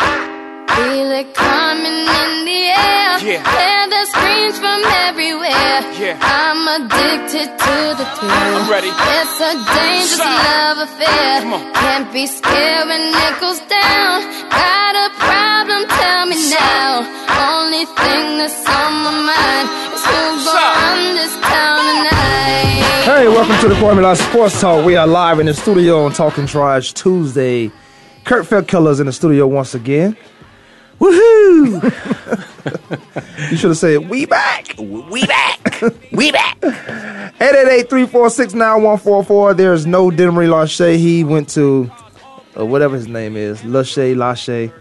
Feel it coming in the air. Yeah. Hear the screams from everywhere. Yeah. I'm addicted to the thrill. I'm ready. It's a dangerous Sign. love affair. Come on. Can't be scared when it goes down. Got a problem? Tell me now. Only thing that's on my mind is who gonna Sign. run this town tonight. Hey, welcome to the Formula Sports Talk. We are live in the studio on Talking Trash Tuesday. Kurt Feldkeller is in the studio once again. Woohoo! you should have said, We back! We back. We back. 888-346-9144. There's no Demery Lachey. He went to uh, whatever his name is. Lachey, Lachey.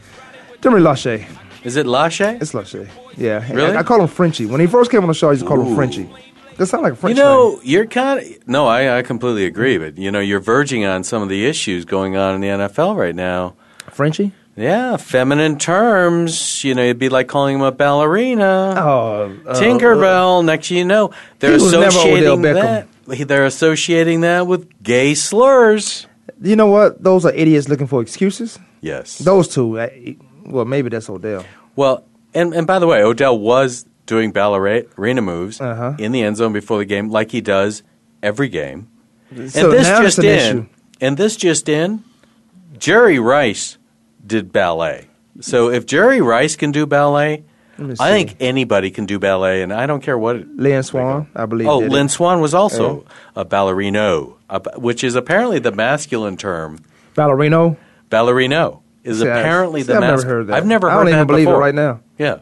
Demery Lachey. Is it Lache? It's Lachey. Yeah. And Really? I call him Frenchie. When he first came on the show, I used to call him Frenchie. That sounds like a You French know, you're kind of no. I, I completely agree, but you know, you're verging on some of the issues going on in the NFL right now. name. Frenchie? Yeah, feminine terms. You know, it'd be like calling them a ballerina, Oh. uh, Tinkerbell. Next, thing you know, they're He was never Odell associating Beckham. that. They're associating that with gay slurs. You know what? Those are idiots looking for excuses. Yes. Those two. I- Well, maybe that's Odell. Well, and and by the way, Odell was doing ballerina moves Uh-huh. in the end zone before the game, like he does every game. So and this now it's just an in. issue. And this just in. Jerry Rice did ballet. So if Jerry Rice can do ballet, Let me I see. think anybody can do ballet, and I don't care what. It, Lynn Swan, I believe. oh, did it. Oh. Lynn Swan was also a ballerino, a ba- which is apparently the masculine term. Ballerino. Ballerino is Yeah, apparently see, the I've never masculine. heard that. I've never I heard don't even that believe before. it right now. Yeah.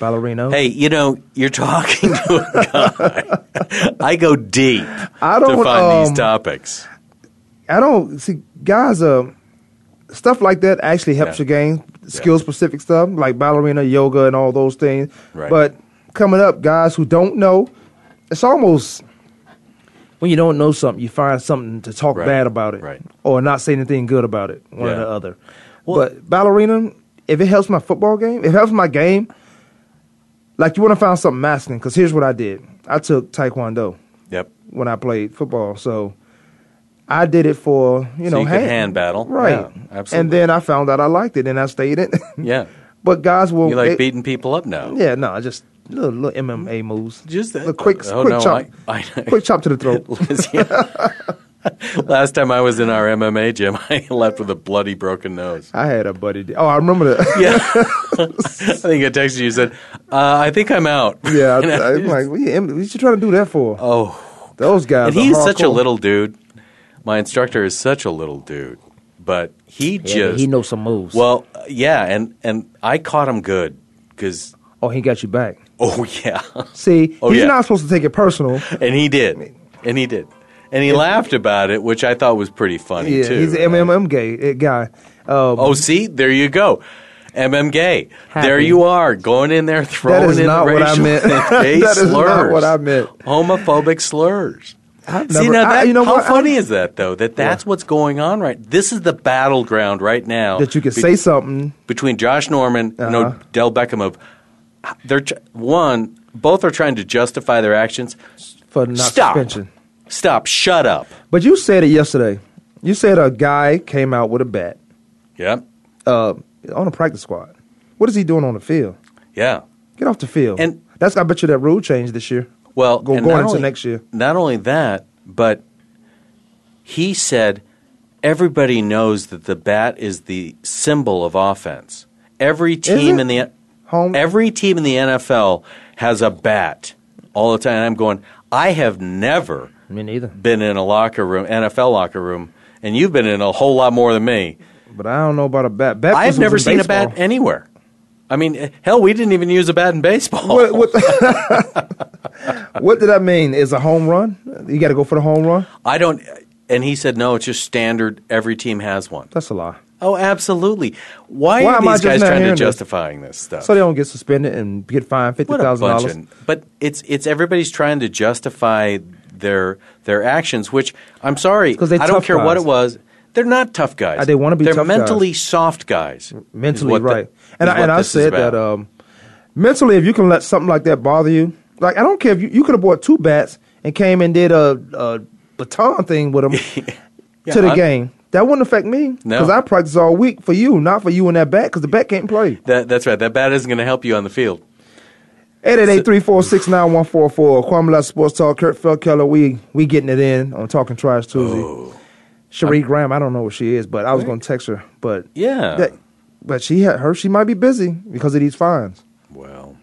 Ballerino. Hey, you know, you're talking to a guy. I go deep I to don't, find um, these topics. I don't see guys. Uh, stuff like that actually helps Yeah. your game, skill specific stuff like ballerina, yoga, and all those things. Right. But coming up, guys who don't know, it's almost when you don't know something, you find something to talk Right. bad about it, Right. or not say anything good about it, one or Yeah. the other. Well- but ballerina, if it helps my football game, if it helps my game, like you want to find something masculine. Because here's what I did: I took taekwondo Yep. when I played football. So I did it for you So know you could hand battle. right? Yeah, absolutely. And then I found out I liked it, and I stayed in. it. Yeah. but guys will You like they- beating people up now. Yeah, no, just little, little MMA moves. Just that. a quick, Oh, quick no, chop, I- I- quick chop to the throat. Liz, yeah. Last time I was in our MMA gym, I left with a bloody broken nose. I had a buddy. Oh, I remember that. Yeah. I think I texted you and said, uh, I think I'm out. Yeah, And I I, am just- like, what you, what you trying to do that for? oh. Those guys. And are he's such a hardcore. little dude. My instructor is such a little dude, but he just he knows some moves. Well, uh, yeah, and and I caught him good because Oh, he got you back. oh yeah, See, Oh, he's yeah. not supposed to take it personal. and he did, and he did, and he laughed about it, which I thought was pretty funny Yeah, too. he's an MMM gay uh, guy. Um, Oh, see, there you go. MM gay. Happy. There you are, going in there throwing is in not the what I racial meant. and gay That is slurs. not what I meant. Homophobic slurs. I've See never- now, I- that, you know how what? I- funny is that though? That that's what's going on right. This is the battleground right now that you can be- say something. between Josh Norman and Uh-huh. Odell Beckham of they're tr- one both are trying to justify their actions. for not Stop. suspension. Stop. Shut up. But you said it yesterday. You said a guy came out with a bat Yep. uh, on a practice squad. What is he doing on the field? Yeah. Get off the field. And- that's I bet you that rule changed this year. Well, Go- and going not into only- next year. Not only that, but he said everybody knows that the bat is the symbol of offense. Every team it? in the Home every team in the NFL has a bat all the time. And I'm going. I have never me neither. been in a locker room, NFL locker room, and you've been in a whole lot more than me. But I don't know about a bat. bat I've was never in seen a baseball. bat anywhere. I mean, eh, hell, we didn't even use a bat in baseball. What, what, what did I mean? Is a home run? You got to go for the home run. I don't. and he said, no, it's just standard. Every team has one. That's a lie. Oh, absolutely. Why, Why are am I these just guys not trying to hearing this? justifying this stuff? So they don't get suspended and get fined fifty What a thousand bunch dollars. of, but it's it's everybody's trying to justify their their actions, which I'm sorry, 'cause they're I don't tough care what guys. it was. They're not tough guys. Uh, they wanna be They're tough guys. mentally soft guys. is mentally what the- right. and is I, what and I this is said about. that um, mentally, if you can let something like that bother you, like I don't care if you, you could have bought two bats and came and did a, a baton thing with them Yeah, to the I'm- game. That wouldn't affect me No. because I practice all week for you, not for you and that bat because the bat can't play. That- that's right. That bat isn't going to help you on the field. 888-346-9144. Kwame Lasseter Sports Talk. Kurt Feldkeller. We we getting it in on Talking Trash Tuesday. Oh. Cherie Graham. I don't know what she is, but I was going to text her. But Yeah. that- but she had her. She might be busy because of these fines. Well,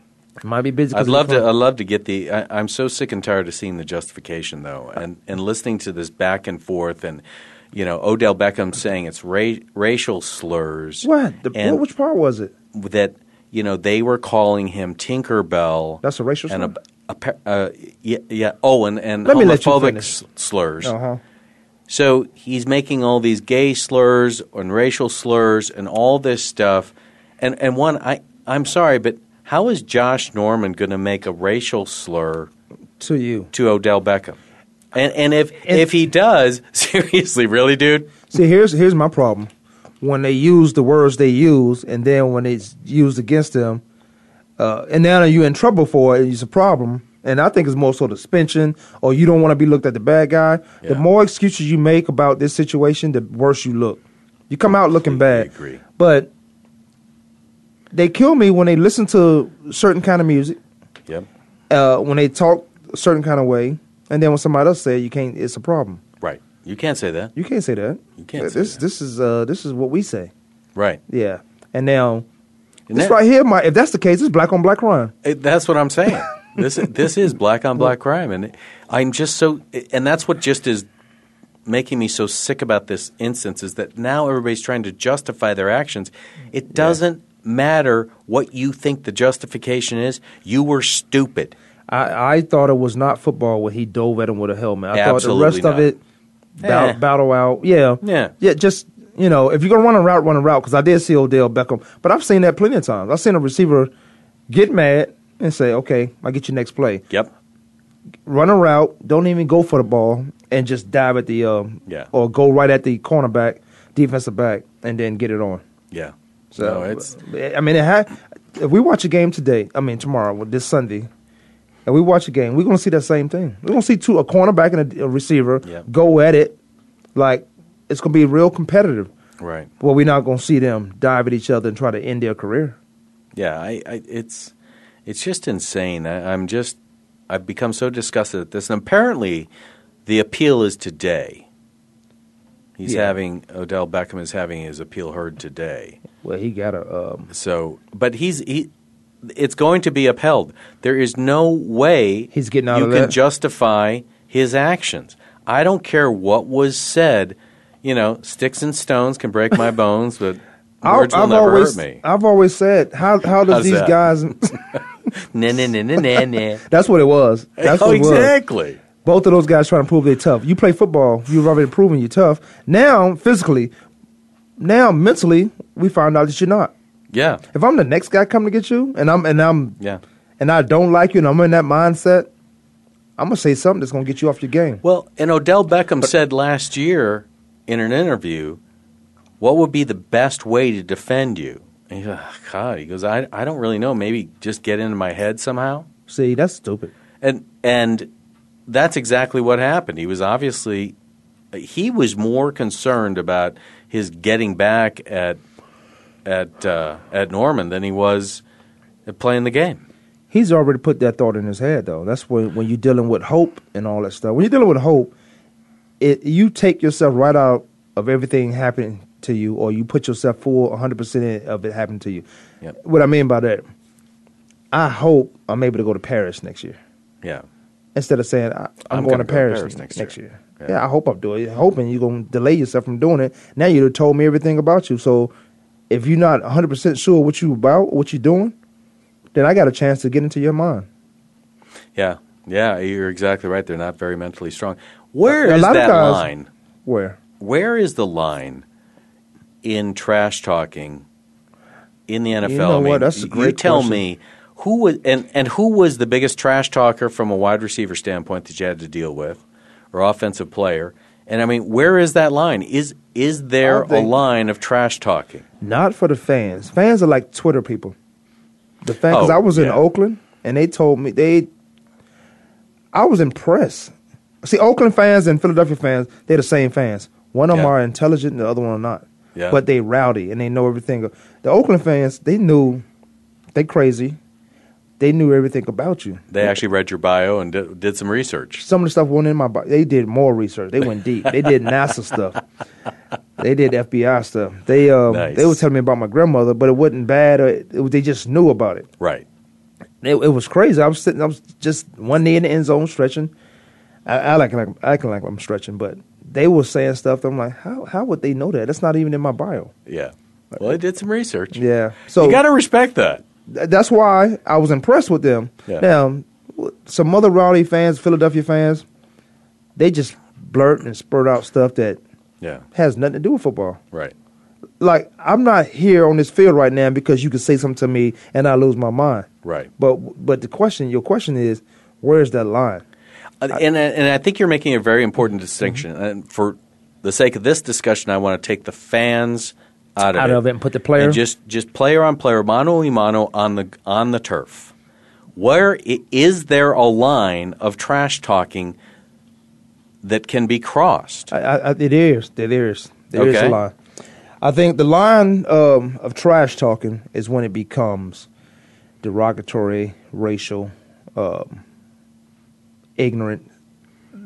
Might be busy. 'cause I'd of the love to. fines. I'd love to get the. I, I'm so sick and tired of seeing the justification though, and and listening to this back and forth, and you know Odell Beckham saying it's ra- racial slurs. What? The, and- what? Which part was it? that you know they were calling him Tinkerbell. That's a racial and slur? A, a pa- uh, yeah, yeah. Oh, and and Let me let you homophobic finish. s- slurs. Uh-huh. So he's making all these gay slurs and racial slurs and all this stuff. And and one, I I'm sorry, but how is Josh Norman going to make a racial slur To you. to Odell Beckham? And and if And- if he does, seriously, really, dude, See, here's here's my problem. When they use the words they use, and then when it's used against them, uh, and now you're in trouble for it, it's a problem. And I think it's more so suspension, or you don't want to be looked at the bad guy. The Yeah. more excuses you make about this situation, the worse you look. You come out looking bad. Completely agree. But they kill me when they listen to certain kind of music, yep, uh, when they talk a certain kind of way, and then when somebody else say it, you can't, it's a problem. right. You can't say that, You can't say that. You can't This say that. this is uh this is what we say. right? Yeah. And now And this that- right here, my if that's the case, it's black on black crime. It, that's what I'm saying. this is- this is black on black crime, and I'm just so, and that's what just is making me so sick about this instance is that now everybody's trying to justify their actions. It doesn't matter what you think the justification is. You were stupid. I, I thought it was not football when he dove at him with a helmet. I Absolutely thought the rest of not. it bow, Eh. battle out. Yeah. Yeah. Yeah, just you know, if you're gonna run a route, run a route. Because I did see Odell Beckham, but I've seen that plenty of times. I've seen a receiver get mad and say, "Okay, I'll get you next play." Yep. run a route, don't even go for the ball, and just dive at the um, Yeah. or go right at the cornerback, defensive back, and then get it on. Yeah. So eh, no, it's I mean, it had, if we watch a game today, I mean tomorrow, well, this Sunday, and we watch a game, we're gonna see that same thing. We're gonna see two a cornerback and a, a receiver Yeah. go at it, like it's gonna be real competitive. right. Well, we're not gonna see them dive at each other and try to end their career. Yeah, I, I, it's it's just insane. I, I'm just I've become so disgusted at this, and apparently, the appeal is today. He's Yeah. having Odell Beckham is having his appeal heard today. Well, he got a um, So, but he's he, it's going to be upheld. There is no way He's getting out you of can that. justify his actions. I don't care what was said. You know, sticks and stones can break my bones, but words will never always, hurt me. I've always said, how how does How's these that? guys? Nah, nah, nah, nah, nah, nah. That's what it was. That's oh, what it was. exactly. Both of those guys trying to prove they're tough. You play football, you've already proven you're tough. Now, physically, now mentally, we find out that you're not. Yeah. If I'm the next guy coming to get you, and I'm and I'm Yeah. and I don't like you, and I'm in that mindset, I'm gonna say something that's gonna get you off your game. Well, and Odell Beckham said last year in an interview, what would be the best way to defend you? And he goes, "Ah, God, he goes, I, I don't really know. Maybe just get into my head somehow. See, that's stupid. And, and that's exactly what happened. He was obviously, he was more concerned about his getting back at, at, uh, at Norman than he was at playing the game. He's already put that thought in his head, though. That's when when you're dealing with hope and all that stuff. When you're dealing with hope, it you take yourself right out of everything happening to you, or you put yourself full 100 percent of it happening to you. Yep. What I mean by that, I hope I'm able to go to Paris next year Yeah. instead of saying I, I'm, I'm going to gonna go to Paris, Paris next, next next year. year. Yeah. Yeah. I hope I'm doing it. Hoping you're going to delay yourself from doing it. Now you done told me everything about you. So if you're not 100% sure what you about, what you're doing, then I got a chance to get into your mind. Yeah, yeah, you're exactly right. They're not very mentally strong. Where A is lot of that guys- line? Where? Where is the line in trash talking in the NFL? You know I mean, what? That's a You great tell question. me who was and, and who was the biggest trash talker from a wide receiver standpoint that you had to deal with, or offensive player? And I mean, where is that line? Is is there I think- a line of trash talking? Not for the fans. Fans are like Twitter people. The fans. Because Oh, I was in yeah. Oakland and they told me they. I was impressed. See, Oakland fans and Philadelphia fans, they're the same fans. One of them Yeah. are intelligent, and the other one are not. Yeah. But they rowdy and they know everything. The Oakland fans, they knew, they crazy. They knew everything about you. They actually read your bio and did, did some research. some of the stuff went in my body. They did more research. They went deep. They did NASA stuff. They did FBI stuff. They um, Nice. they were telling me about my grandmother, but it wasn't bad. Or it, it was- they just knew about it. Right. it. It was crazy. I was sitting. I was just one knee in the end zone stretching. I, I like like acting like I'm stretching, but they were saying stuff. That I'm like, how how would they know that? That's not even in my bio. Yeah. Well, they did some research. Yeah. So you got to respect that. Th- that's why I was impressed with them. Yeah. Now, w- some other rowdy fans, Philadelphia fans, they just blurt and spurt out stuff that Yeah. has nothing to do with football. Right. Like I'm not here on this field right now because you could say something to me and I lose my mind. Right. But but the question, your question is, where's that line? Uh, and I- and I think you're making a very important distinction. Mm-hmm. And for the sake of this discussion, I want to take the fans out of Out it, of it and put the player- just just player on player, mano a mano on the on the turf. Where i- is there a line of trash talking that can be crossed? I, I, I- it is. It is. There is Okay. a line. I think the line um, of trash talking is when it becomes derogatory, racial, um, ignorant.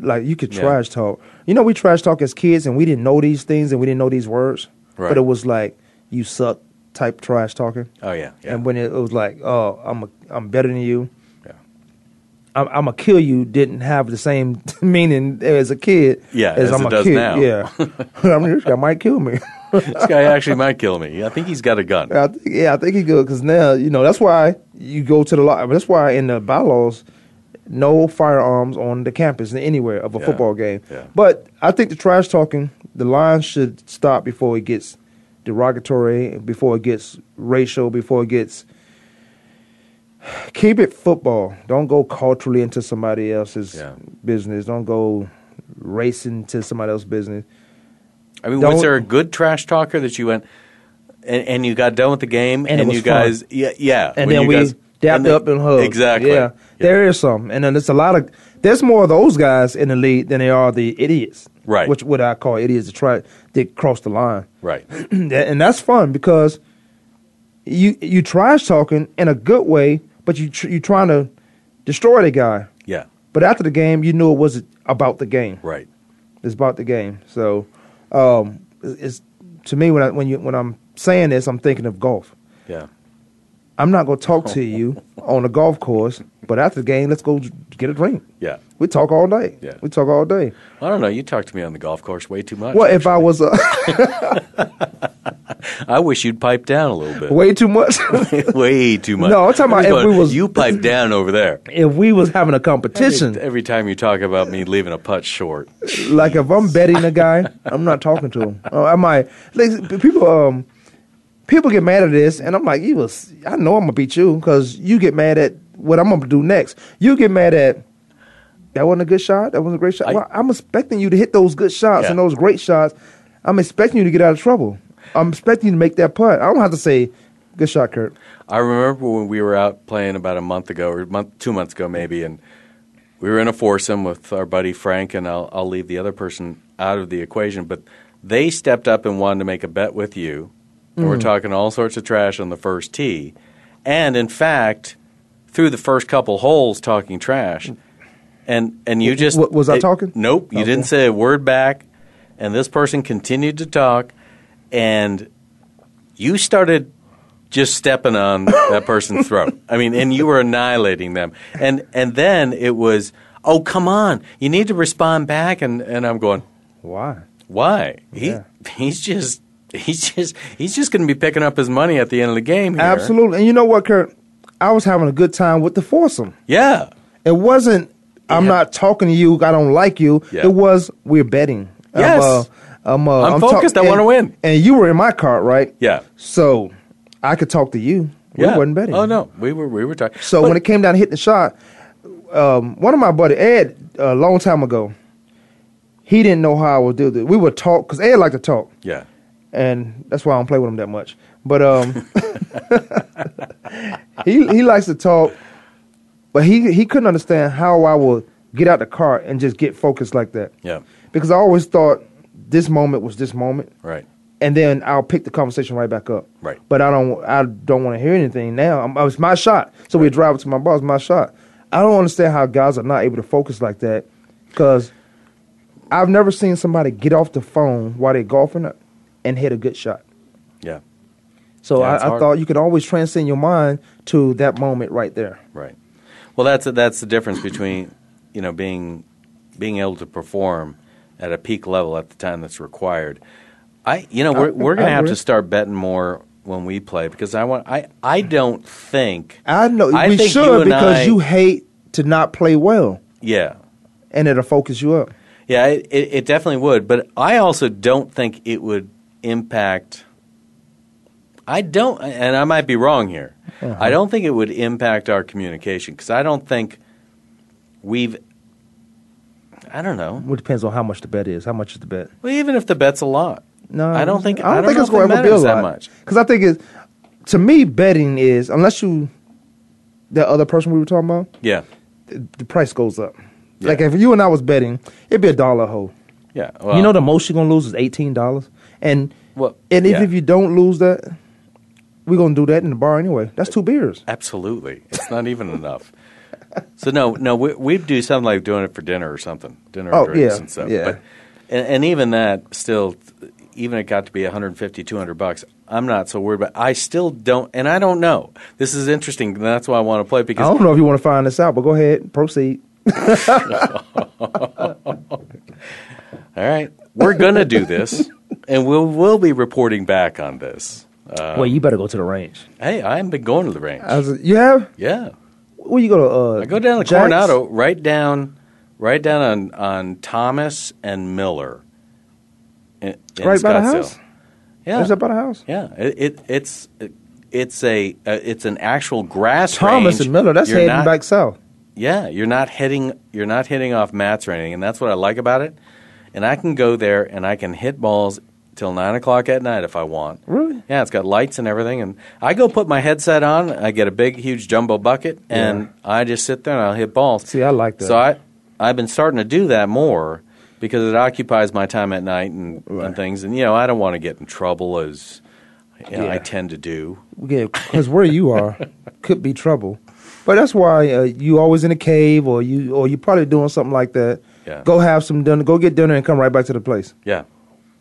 Like you could Yeah. trash talk. You know, we trash talk as kids, and we didn't know these things, and we didn't know these words. Right. But it was like you suck type trash talking. Oh yeah, yeah, And when it, it was like, oh, I'm a, I'm better than you. yeah. I'm, I'm gonna kill you didn't have the same meaning as a kid. Yeah, as I'm it a does kid. now. Yeah, I mean, this guy might kill me. this guy actually might kill me. I think he's got a gun. I think, yeah, I think he good because now you know that's why you go to the law. That's why in the bylaws, no firearms on the campus anywhere of a Yeah, football game. yeah. But I think the trash talking, the line should stop before it gets derogatory, before it gets racial, before it gets. Keep it football. Don't go culturally into somebody else's Yeah. business. Don't go racing to somebody else's business. I mean, Don't- was there a good trash talker that you went and, and you got done with the game And it was you fun. guys, yeah, yeah, and when then you we guys- dapped they- up and hugged. Exactly. Yeah, there is some, and then there's a lot of there's more of those guys in the league than there are the idiots. Right. Which what I call idiots that try they cross the line, Right. That- and that's fun because you you trash talking in a good way, but you tr- you trying to destroy the guy. Yeah. But after the game, you knew it wasn't about the game. Right. It's about the game. So, um, it's to me when I when you when I'm saying this, I'm thinking of golf. Yeah. I'm not gonna talk to you on the golf course, but after the game, let's go get a drink. Yeah. We talk all day. Yeah. We talk all day. I don't know. You talk to me on the golf course way too much. Well, if I was uh, I wish you'd pipe down a little bit. way too much, Way too much. No, I'm talking about if Everybody- we was- you pipe down over there. if we was having a Every, competition, every time you talk about me leaving a putt short. like if I'm betting a guy, I'm not talking to him. Uh, I might. Like, people, um, people get mad at this, and I'm like, you was. I know I'm gonna beat you because you get mad at what I'm gonna do next. You get mad at. That wasn't a good shot. That wasn't a great shot. I- well, I'm expecting you to hit those good shots Yeah. and those great shots. I'm expecting you to get out of trouble. I'm expecting you to make that putt. I don't have to say, "Good shot, Kurt." I remember when we were out playing about a month ago, or a month, two months ago maybe, and we were in a foursome with our buddy Frank, and I'll, I'll leave the other person out of the equation. But they stepped up and wanted to make a bet with you, and Mm. we're talking all sorts of trash on the first tee, and in fact, through the first couple holes, talking trash, and and you just w- was I talking? Nope, you Okay. didn't say a word back, and this person continued to talk, and you started just stepping on that person's throat. I mean, and you were annihilating them. And and then it was, oh come on, you need to respond back. And and I'm going, Why? why? He Yeah. he's just. He's just he's just going to be picking up his money at the end of the game. Here. Absolutely. And you know what, Kurt? I was having a good time with the foursome. Yeah. It wasn't I'm Yeah. not talking to you, I don't like you. Yeah. It was we're betting. Yes. I'm, uh, I'm, uh, I'm focused. I and- wanna win. And you were in my cart, right? Yeah. So I could talk to you. We yeah. wasn't betting. Oh no, we were we were talking. So But- when it came down to hitting the shot, um, one of my buddy Ed a long time ago, he didn't know how I would do this. We would talk because Ed liked to talk, yeah, and that's why I don't play with him that much. But um, he he likes to talk, but he he couldn't understand how I would get out the car and just get focused like that. Yeah. because I always thought this moment was this moment, right, and then I'll pick the conversation right back up. Right. But I don't I don't want to hear anything now. I'm, it's my shot. So we drive to my boss. My shot. I don't understand how guys are not able to focus like that because I've never seen somebody get off the phone while they're golfing and hit a good shot. yeah, So Yeah, it's I, I hard. thought you could always transcend your mind to that moment right there. right. Well, that's that's the difference between you know being being able to perform at a peak level at the time that's required. I you know we're we're going Uh, I to have agree. to start betting more when we play because I want I I don't think I know we think should you and because I- you hate to not play well, yeah and it'll focus you up. Yeah, it, it, it definitely would. But I also don't think it would impact. I don't, and I might be wrong here. Uh-huh. I don't think it would impact our communication because I don't think we've. I don't know. Well, It depends on how much the bet is. How much is the bet? Well, even if the bet's a lot, No, I don't think. I don't, think know it's if it going to ever be a matters lot. that much. Because I think it's to me betting is unless you that other person we were talking about, Yeah, the, the price goes up. Yeah. Like if you and I was betting, it'd be a dollar a hole. yeah. Well, you know the most you're gonna lose is eighteen dollars, and Well, and if, yeah. if you don't lose that, we're gonna do that in the bar anyway. That's two beers. absolutely. It's not even enough. So no, no, we, we'd do something like doing it for dinner or something. Dinner and Oh, drinks yeah, and stuff. yeah. But and, and even that still, even it got to be 150, 200 bucks. I'm not so worried, but I still don't, and I don't know. This is interesting. and That's why I want to play I because don't know if you want to find this out, but go ahead, proceed. all right, we're gonna do this, and we'll we'll be reporting back on this. well, you better go to the range. Hey, I haven't been going to the range. I was, you have yeah, where you go to? Uh, I go down to Jack's? Coronado, right down, right down on, on Thomas and Miller. In, in Right by the Scottsdale. house? Yeah, Is that by the house? yeah. It, it it's it, it's a uh, it's an actual grass. Thomas range. and Miller. That's You're heading not- back south. Yeah, you're not hitting you're not hitting off mats or anything, and that's what I like about it. And I can go there and I can hit balls till nine o'clock at night if I want. Really? Yeah, it's got lights and everything, and I go put my headset on. I get a big, huge jumbo bucket, and I just sit there and I'll hit balls. See, I like that. So I I've been starting to do that more because it occupies my time at night and, and things, and you know I don't want to get in trouble as you know, I Yeah. tend to do. Yeah, because where you are could be trouble. But that's why uh, you always in a cave, or you, or you probably doing something like that. Yeah. Go have some dinner. Go get dinner and come right back to the place. Yeah,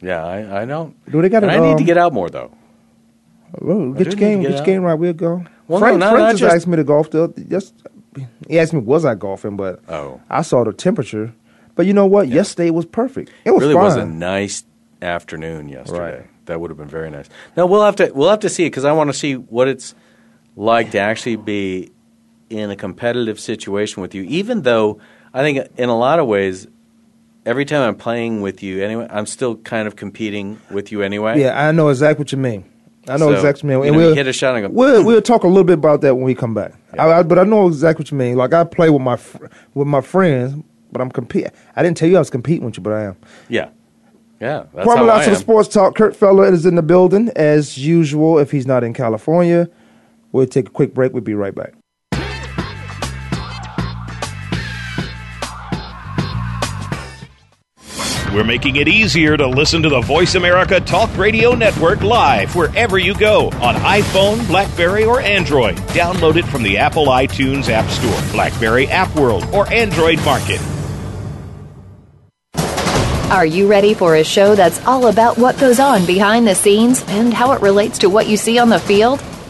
yeah, I, I don't. Do they got and a, I need to um, get out more though. Well, do get your need game, get, to get your out. game right. We'll go. Well, Frank, no, no, Frank not just, just- asked me to golf. The, other- just he asked me was I golfing, but Oh. I saw the temperature. But you know what? Yesterday was perfect. It was really fine. was a nice afternoon yesterday. Right. That would have been very nice. Now we'll have to we'll have to see it because I want to see what it's like to actually be in a competitive situation with you. Even though I think in a lot of ways, every time I'm playing with you anyway, I'm still kind of competing with you anyway. Yeah, I know exactly what you mean. I know So, exactly what you mean. you And know, you we'll, hit a shot and go, hmm. we'll, we'll talk a little bit about that when we come back. I, I, but I know exactly what you mean. Like I play with my fr- with my friends, but I'm compete. I didn't tell you I was competing with you, but I am. yeah, yeah. That's Kwame how I Lasseter am. Sports Talk. Kurt Feller is in the building as usual. If he's not in California, we'll take a quick break. We'll be right back. We're making it easier to listen to the Voice America Talk Radio Network live wherever you go on iPhone, Blackberry, or Android. Download it from the Apple iTunes App Store, Blackberry App World, or Android Market. Are you ready for a show that's all about what goes on behind the scenes and how it relates to what you see on the field?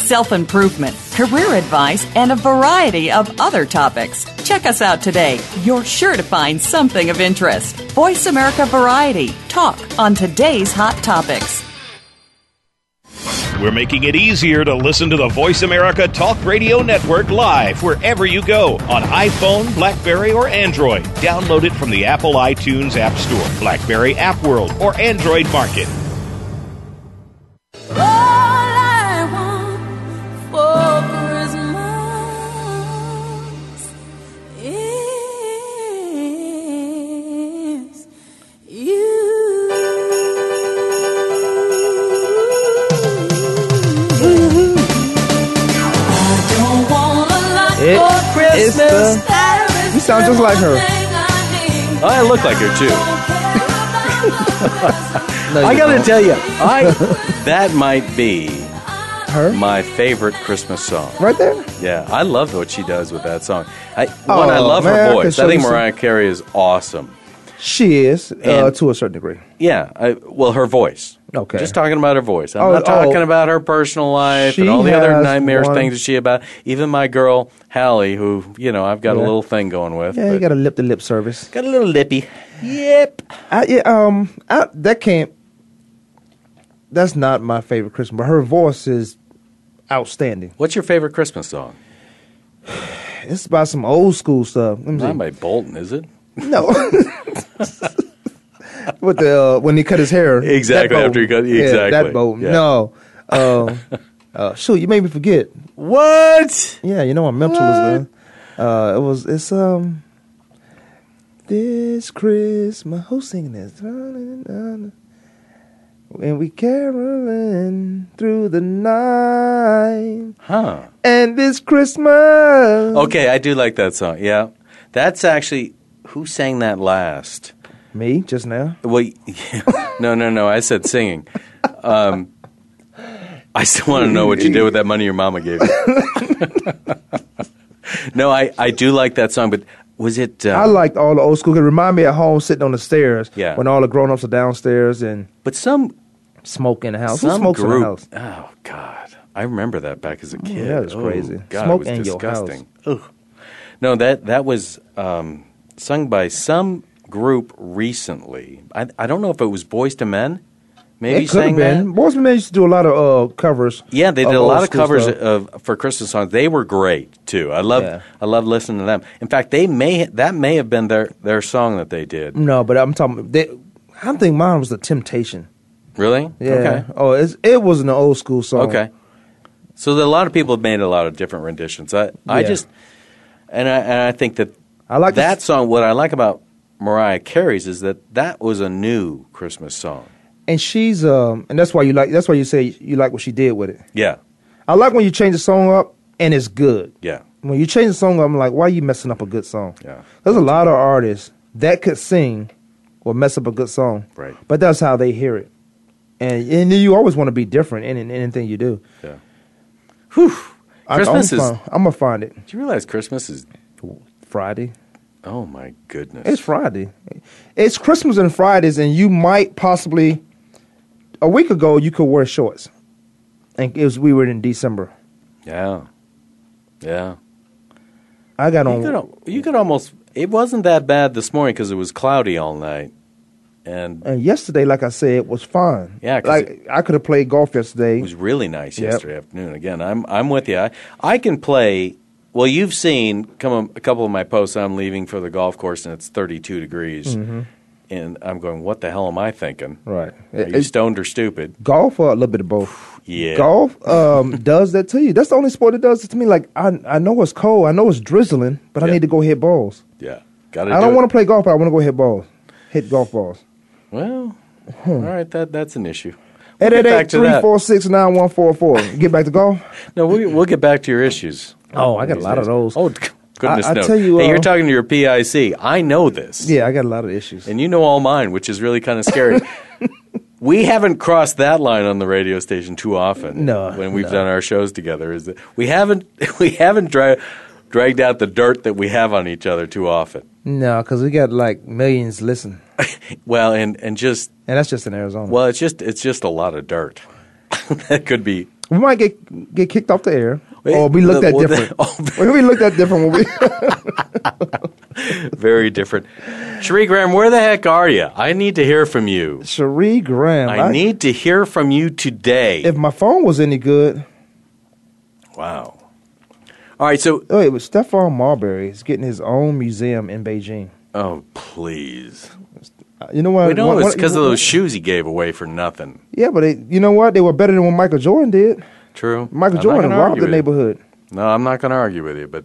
self improvement, career advice, and a variety of other topics. Check us out today. You're sure to find something of interest. Voice America Variety. Talk on today's hot topics. We're making it easier to listen to the Voice America Talk Radio Network live wherever you go on iPhone, Blackberry, or Android. Download it from the Apple iTunes App Store, Blackberry App World, or Android Market. All I want for Christmas is you. I don't want a lot It for is the- Christmas. There is You sound just like her. nothing I need. I look like her, too. No, I you gotta don't. tell you, I that might be her my favorite Christmas song. right there. Yeah, I love what she does with that song. I, one, I Oh, love man, I her could voice. I show think you some- Mariah Carey is awesome. She is uh, And- to a certain degree. Yeah, I, well, her voice. Okay. Just talking about her voice. I'm Oh, not talking oh. about her personal life She and all the other has nightmares one- things that she about. Even my girl Hallie, who you know I've got a Yeah. little thing going with. Yeah, you but- got a lip to lip service. got a little lippy. Yep. I, yeah, um, I, that can't. That's not my favorite Christmas, but her voice is outstanding. What's your favorite Christmas song? It's about some old school stuff. Let me see. Not by Bolton, is it? No. With the uh, when he cut his hair. Exactly, That bow. after he cut- Yeah, exactly, that bow. yeah. No. Uh, uh, shoot, you made me forget. What? Yeah, you know my mental is there. Uh, it was it's um. This Christmas, who's singing this? And we caroling through the night. Huh. And this Christmas. Okay, I do like that song. Yeah. That's actually who sang that last? Me just now. Well, yeah. no, no, no. I said singing. Um, I still want to know what you did with that money your mama gave you. no, I, I do like that song, but was it? Um, I liked all the old school. It reminded me at home sitting on the stairs Yeah. when all the grown ups are downstairs and But some smoke in the house. Who some smokes group. in the house? Oh God, I remember that back as a kid. that was Oh, crazy. God, Smoke it in was your disgusting. Ugh. No, that that was um, sung by some group recently. I I don't know if it was Boys to Men. Maybe it could sang have been. that. Boys and Men used to do a lot of uh, covers. Yeah, they of did a old lot of school covers stuff. of for Christmas songs. They were great too. I love Yeah. I love listening to them. In fact, they may that may have been their their song that they did. No, but I'm talking. They, I think mine was the Temptation. Really? Yeah. Okay. Oh, it's, it was an old school song. Okay. So there, a lot of people have made a lot of different renditions. I, I Yeah. just and I and I think that I like that this- song. What I like about Mariah Carey's is that that was a new Christmas song. And she's um, and that's why you like. That's why you say you like what she did with it. Yeah, I like when you change the song up and it's good. yeah, When you change the song, I'm like, why are you messing up a good song? Yeah. There's a lot of artists that could sing or mess up a good song. Right. But that's how they hear it. And and you always want to be different in, in anything you do. yeah. I- Christmas I'm is- Find, I'm gonna find it Do you realize Christmas is? Friday. Oh my goodness! It's Friday. It's Christmas and Fridays, and you might possibly. A week ago, you could wear shorts, and it was we were in December. yeah, yeah. I got You on. could, al- you could almost. It wasn't that bad this morning because it was cloudy all night, and it and yesterday, like I said, was fine. Yeah, 'cause like I could have played golf yesterday. was really nice Yep. yesterday afternoon. Again, I'm I'm with you. I, I can play. Well, you've seen come a, a couple of my posts. I'm leaving for the golf course and it's 32 degrees, and I'm going. What the hell am I thinking? Mm-hmm. Right. Are It- you it- stoned or stupid? golf or a little bit of both. Yeah. Golf um, does that to you. That's the only sport that does it to me. Like I, I know it's cold, I know it's drizzling, but I Yeah. need to go hit balls. Yeah. Got to. I don't want to play golf, but I want to go hit balls, hit golf balls. Hmm. Well, all right. That that's an issue. back to that. 888-346-9144. Get back to golf. No, we'll, we'll get back to your issues. Oh, I got a lot of those. Oh, g- goodness I- I no. tell you, hey, uh, you're talking to your PIC. I know this. Yeah, I got a lot of issues. And you know all mine, which is really kind of scary. we haven't crossed that line on the radio station too often. No, when we've done our shows together, is that we haven't we haven't dra- dragged out the dirt that we have on each other too often. No, because we got like millions listen. Well, and and just And that's just in Arizona. well, it's just it's just a lot of dirt. that could be. we might get get kicked off the air. Wait, or be looked the- at well, the- different. oh, we looked at different when we Very different. Sheree Graham, where the heck are you? I need to hear from you. Cherie Graham. I need to hear from you today. if my phone was any good. wow. All right, so Oh, it was Stephon Marbury is getting his own museum in Beijing. oh please, Uh, You know what? we know One- it's one- because of those shoes he gave away for nothing. Yeah, but they, you know what? They were better than what Michael Jordan did. True. Michael I'm not Jordan gonna robbed argue the with you. neighborhood. No, I'm not going to argue with you, but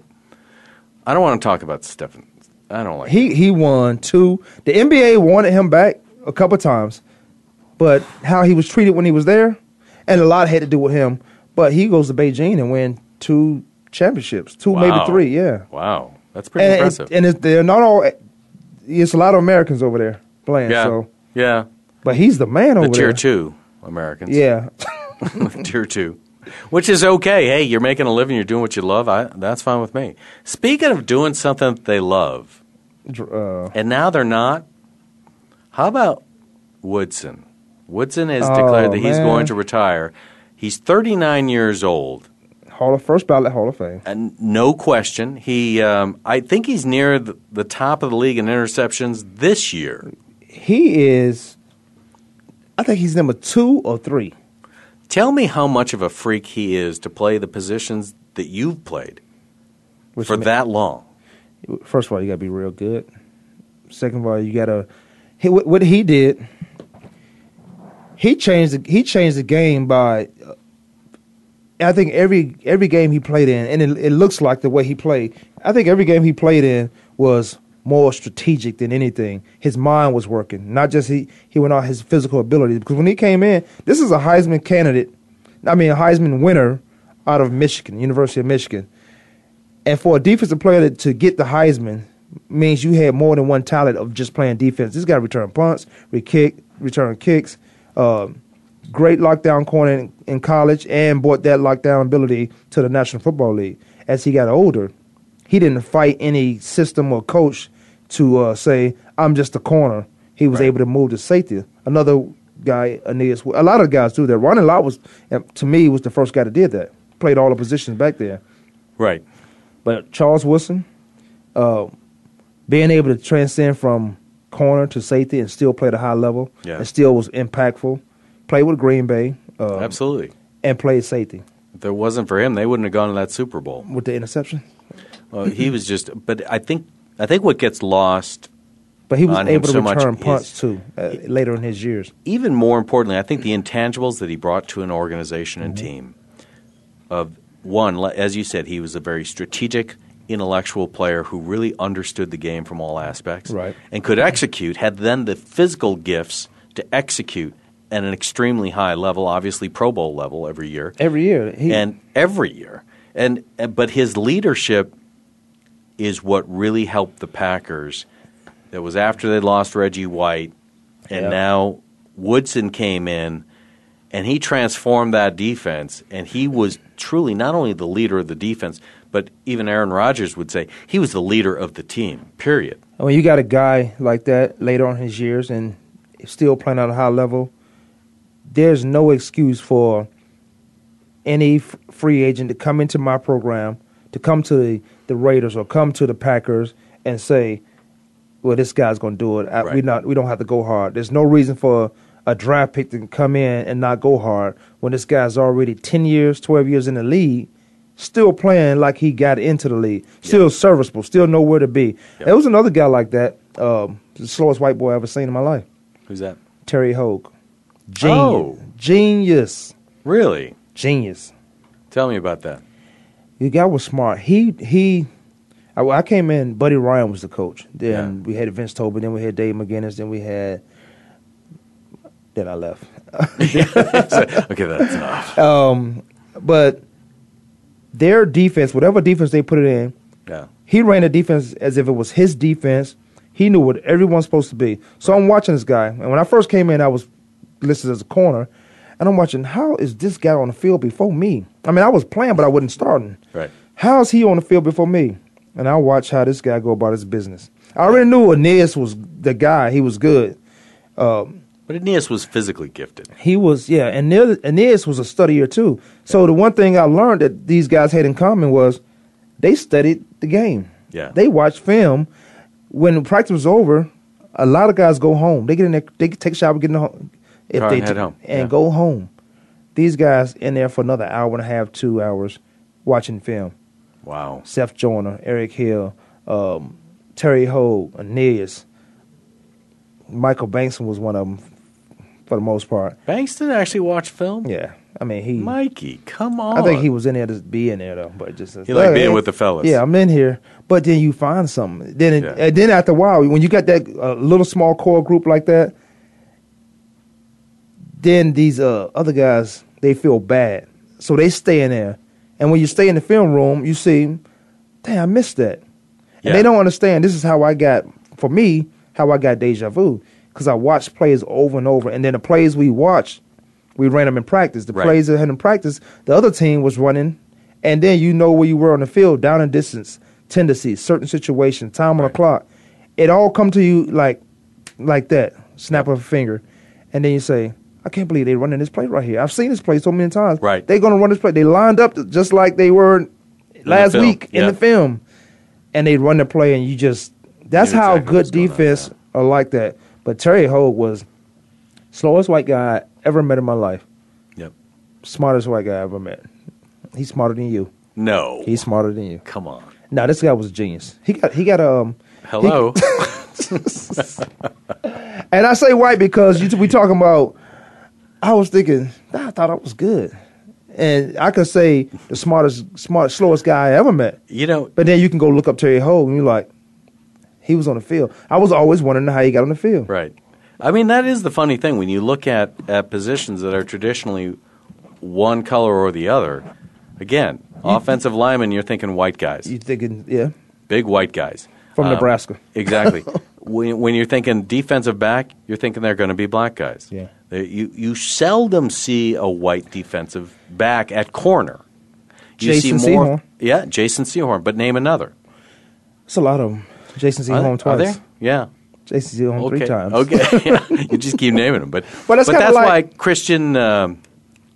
I don't want to talk about Stephen. I don't like. He he won two. The NBA wanted him back a couple times, but how he was treated when he was there, and a lot had to do with him. But he goes to Beijing and win two championships, two maybe Wow. three. Yeah, Wow, that's pretty and it's, impressive. and it's, they're not all. It's a lot of Americans over there playing. yeah, So, yeah. but he's the man The over tier there. two Americans. Yeah, tier two, which is okay. Hey, you're making a living. You're doing what you love. I, that's fine with me. Speaking of doing something that they love, Dr- uh, and now they're not. How about Woodson? Woodson has declared that he's Oh, man. going to retire. He's 39 years old. Hall of First Ballot Hall of Fame. and no question. He, um, I think he's near the, the top of the league in interceptions this year. He is. I think he's number two or three. Tell me how much of a freak he is to play the positions that you've played Which for ma- that long. First of all, you gotta be real good. Second of all, you gotta. He, what, what he did, he changed. The, he changed the game by. uh, I think every every game he played in, and it, it looks like the way he played. I think every game he played in was more strategic than anything. His mind was working, not just he he went out his physical ability. Because when he came in, this is a Heisman candidate. I mean, a Heisman winner out of Michigan, University of Michigan. And for a defensive player to, to get the Heisman means you had more than one talent of just playing defense. This guy returned punts, re kick, return kicks, um, great lockdown corner in, in college, and brought that lockdown ability to the National Football League. As he got older, he didn't fight any system or coach to uh, say, I'm just a corner. He was able to move to safety. Another guy, Aeneas, a lot of guys do that. Ronnie Lott was, uh, to me, was the first guy that did that. Played all the positions back there. Right. But Charles Wilson, uh, being able to transcend from corner to safety and still play at a high level, Yeah. and still was impactful. Played with Green Bay, uh, Um, Absolutely. and played safety If there wasn't for him, they wouldn't have gone to that Super Bowl. with the interception. Well, he was just. But I think I think what gets lost But he was On him able to so much return is- punts too uh, later in his years. even more importantly, I think the intangibles that he brought to an organization and team of one, le- as you said, he was a very strategic, intellectual player who really understood the game from all aspects, Right. and could execute. Had then the physical gifts to execute at an extremely high level, obviously Pro Bowl level every year, Every year, he, and every year, and and- but his leadership is what really helped the Packers. That was after they lost Reggie White, and Yeah. now Woodson came in, and he transformed that defense. And he was truly not only the leader of the defense, but even Aaron Rodgers would say he was the leader of the team. Period. And when you got a guy like that later on in his years and still playing at a high level, there's no excuse for any f- free agent to come into my program, to come to the, the Raiders or come to the Packers and say, "Well, this guy's going to do it. I, We Right. not we don't have to go hard." There's no reason for a draft pick to come in and not go hard when this guy's already ten years, twelve years in the league, still playing like he got into the league, still serviceable, still nowhere to be. There was another guy like that, um, the slowest white boy I ever seen in my life, Who's that? Terry Hogue. Genius, Oh. genius, Really? genius. Tell me about that. The guy was smart. He he. I, I came in. Buddy Ryan was the coach. Then we had Vince Tobin. Then we had Dave McGinnis. Then we had Then I left. okay, that's enough. But their defense, whatever defense they put it in, yeah. he ran the defense as if it was his defense. He knew what everyone's supposed to be. So I'm watching this guy, and when I first came in, I was listed as a corner, and I'm watching how is this guy on the field before me? I mean, I was playing, but I wasn't starting. Right. How's he on the field before me? And I watch how this guy go about his business. I already knew Aeneas was the guy. He was good. But Aeneas was physically gifted. He was, yeah, and Aeneas- Aeneas was a studier too. So the one thing I learned that these guys had in common was they studied the game. Yeah. They watched film. When the practice was over, a lot of guys go home. They get in there, they take a shower, get in the home, if Car they and head home. and Yeah. go home. These guys in there for another hour and a half, two hours, watching film. Wow. Seth Joyner, Eric Hill, um, Terry Ho, Aeneas, Michael Bankson was one of them for the most part. Banks didn't actually watch film. Yeah, I mean he. Mikey, come on. I think he was in there to be in there though, but just He liked being with the fellas. Yeah, I'm in here, but then you find something. Then it, Yeah. and then after a while, when you got that uh, little small core group like that, then these uh, other guys they feel bad, so they stay in there. And when you stay in the film room, you see, damn, I missed that. And Yeah. they don't understand. This is how I got, for me, how I got deja vu. Because I watched plays over and over. And then the plays we watched, we ran them in practice. The Right. plays that had in practice, the other team was running. And then you know where you were on the field, down and distance, tendencies, certain situation, time on the clock. It all come to you like like that, snap of a finger. And then you say, I can't believe they're running this play right here. I've seen this play so many times. Right. They're going to run this play. They lined up just like they were last film. week in Yeah. the film and they run the play, and you just that's Knew how exactly what's good going on, defense are like that. But Terry Hogue was slowest white guy I ever met in my life, Yep. smartest white guy I ever met. He's smarter than you. No. He's smarter than you. come on. Now this guy was a genius. He got he got um. Hello. And I say white because you t- we talking about. I was thinking I thought I was good, and I could say the smartest, smart, slowest guy I ever met. you know, But then you can go look up Terry Hogue, and you're like, he was on the field. I was always wondering how he got on the field. Right. I mean, that is the funny thing when you look at, at positions that are traditionally one color or the other. Again, offensive lineman, you're thinking white guys, You thinking, yeah, big white guys Uh, From Nebraska. Exactly. when, when you're thinking defensive back, you're thinking they're going to be black guys. Yeah. They- You you seldom see a white defensive back at corner. You Jason see more. Sehorn. Yeah, Jason Seahorn. But name another. it's a lot of them. Jason Z Are- home are twice. there? Yeah. Jason Z home okay. three times. Okay, you just keep naming them, but Well, that's but kinda that's like- why Christian, um,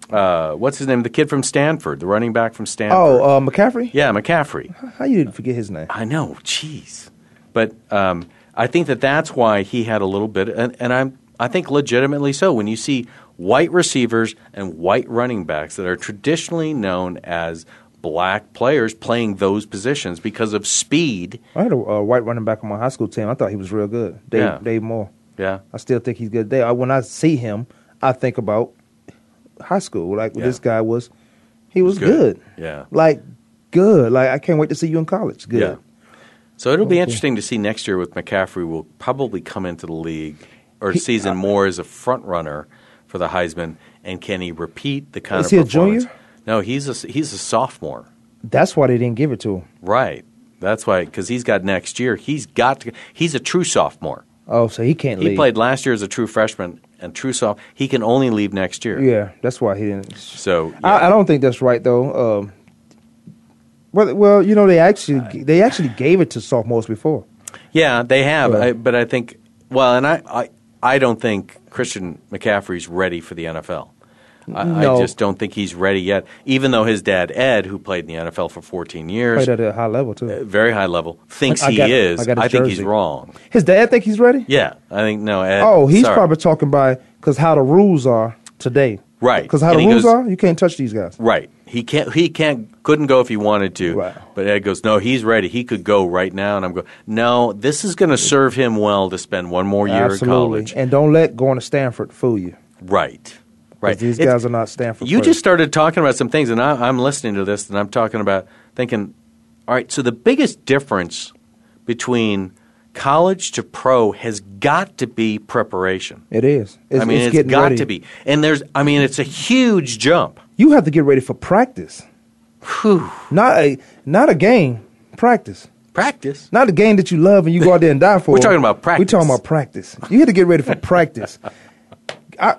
uh, what's his name, the kid from Stanford, the running back from Stanford. Oh, uh, McCaffrey. yeah, McCaffrey. How you didn't forget his name? I know. Jeez, but um, I think that that's why he had a little bit, and, and I'm I think legitimately so. When you see white receivers and white running backs that are traditionally known as black players playing those positions because of speed, I had a, uh white running back on my high school team. I thought he was real good. Dave, Yeah. Dave Moore. yeah, I still think he's good. They, I, when I see him, I think about high school. Like Yeah. this guy was, he was Good. good. Yeah. Like good. Like I can't wait to see you in college. Good. Yeah. So it'll be interesting to see next year with McCaffrey will probably come into the league or season uh, more as a front runner for the Heisman, and can he repeat the kind Is of he a performance? junior? No, he's a he's a sophomore. That's why they didn't give it to him. Right. That's why because he's got next year. He's got to. He's a true sophomore. Oh, so he can't He leave. played last year as a true freshman and true soph. He can only leave next year. Yeah, that's why he didn't. So I, yeah. I don't think that's right though. Um, well, well, you know they actually they actually gave it to sophomores before. Yeah, they have. Yeah. I, but I think, well, and I, I, I don't think Christian McCaffrey's ready for the NFL. I, I No. just don't think he's ready yet, even though his dad, Ed, who played in the NFL for 14 years, Played at a high level uh, too. very high level, thinks I- I he got- is. I got his think he's jersey. wrong. His dad think he's ready. Yeah, I think, no, Ed. Oh, he's sorry. probably talking by because how the rules are today. Right. Because how And the he rules goes- are, you can't touch these guys. Right. He can't. He can't. Couldn't go if he wanted to. Wow. But Ed goes, no, he's ready. He could go right now. And I'm going, no, this is going to serve him well to spend one more year in Absolutely. college. And don't let going to Stanford fool you. Right. Right. These It's- guys are not Stanford. You players. just started talking about some things, and I, I'm listening to this, and I'm talking about thinking, all right, so the biggest difference between college to pro has got to be preparation. It is. It's, I mean, it's it's getting got ready. to be. And there's, I mean, it's a huge jump. You have to get ready for practice. Not a not a game. Practice. Practice. Not a game that you love and you go out there and die for. We're talking about practice. We're talking about practice. You had to get ready for practice. I,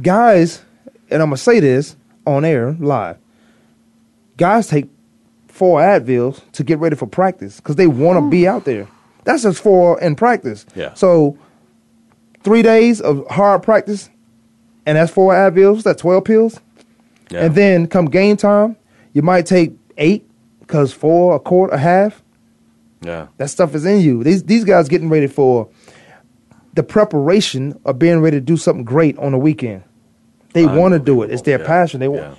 guys, and I'm gonna say this on air live. Guys take four Advils to get ready for practice because they want to be out there. That's just four in practice. Yeah. So three days of hard practice, and that's four Advils. That's twelve pills. Yeah. And then come game time, you might take eight because four, a quarter, a half. Yeah. That stuff is in you. These these guys getting ready for the preparation of being ready to do something great on the weekend. They want to do it. It's their Yeah. passion. They want. Yeah.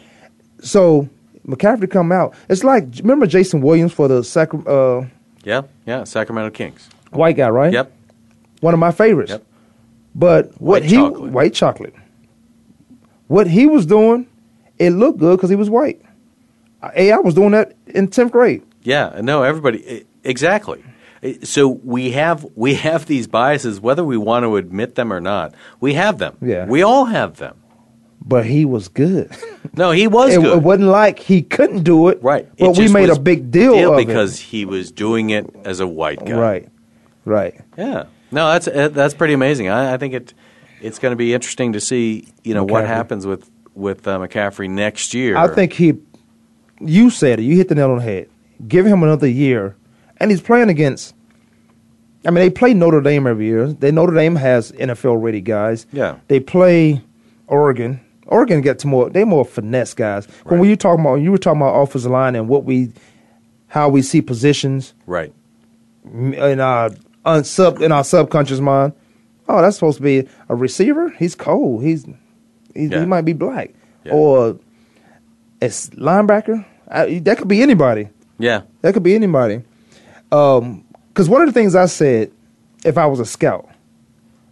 So McCaffrey come out. It's like remember Jason Williams for the Sacra- uh, Yeah. Yeah. Sacramento Kings. white guy, right? Yep. One of my favorites. Yep. But what White he chocolate. white chocolate. What he was doing, it looked good because he was white. AI was doing that in tenth grade. Yeah, no, everybody e- exactly. E- So we have we have these biases, whether we want to admit them or not. We have them. Yeah. we all have them. But he was good. No, he was it, good. it wasn't like he couldn't do it. right, It But we just made was a big deal, of it. because he was doing it as a white guy. Right. Right. Yeah. No, that's uh, that's pretty amazing. I, I think it it's going to be interesting to see you know what McCaffrey. happens with with uh, McCaffrey next year. I think he you said it, you hit the nail on the head. Give him another year. And he's playing against I mean, they play Notre Dame every year. They Notre Dame has NFL ready guys. Yeah. They play Oregon. Oregon gets more they more finesse guys. But when you talking about you were talking about offensive line and what we how we see positions right. in our un- sub in our subconscious mind. Oh, that's supposed to be a receiver. He's cold. He's he, Yeah. he might be black Yeah. or a s- linebacker. I, that could be anybody. Yeah. That could be anybody. Because one of the things I said, if I was a scout,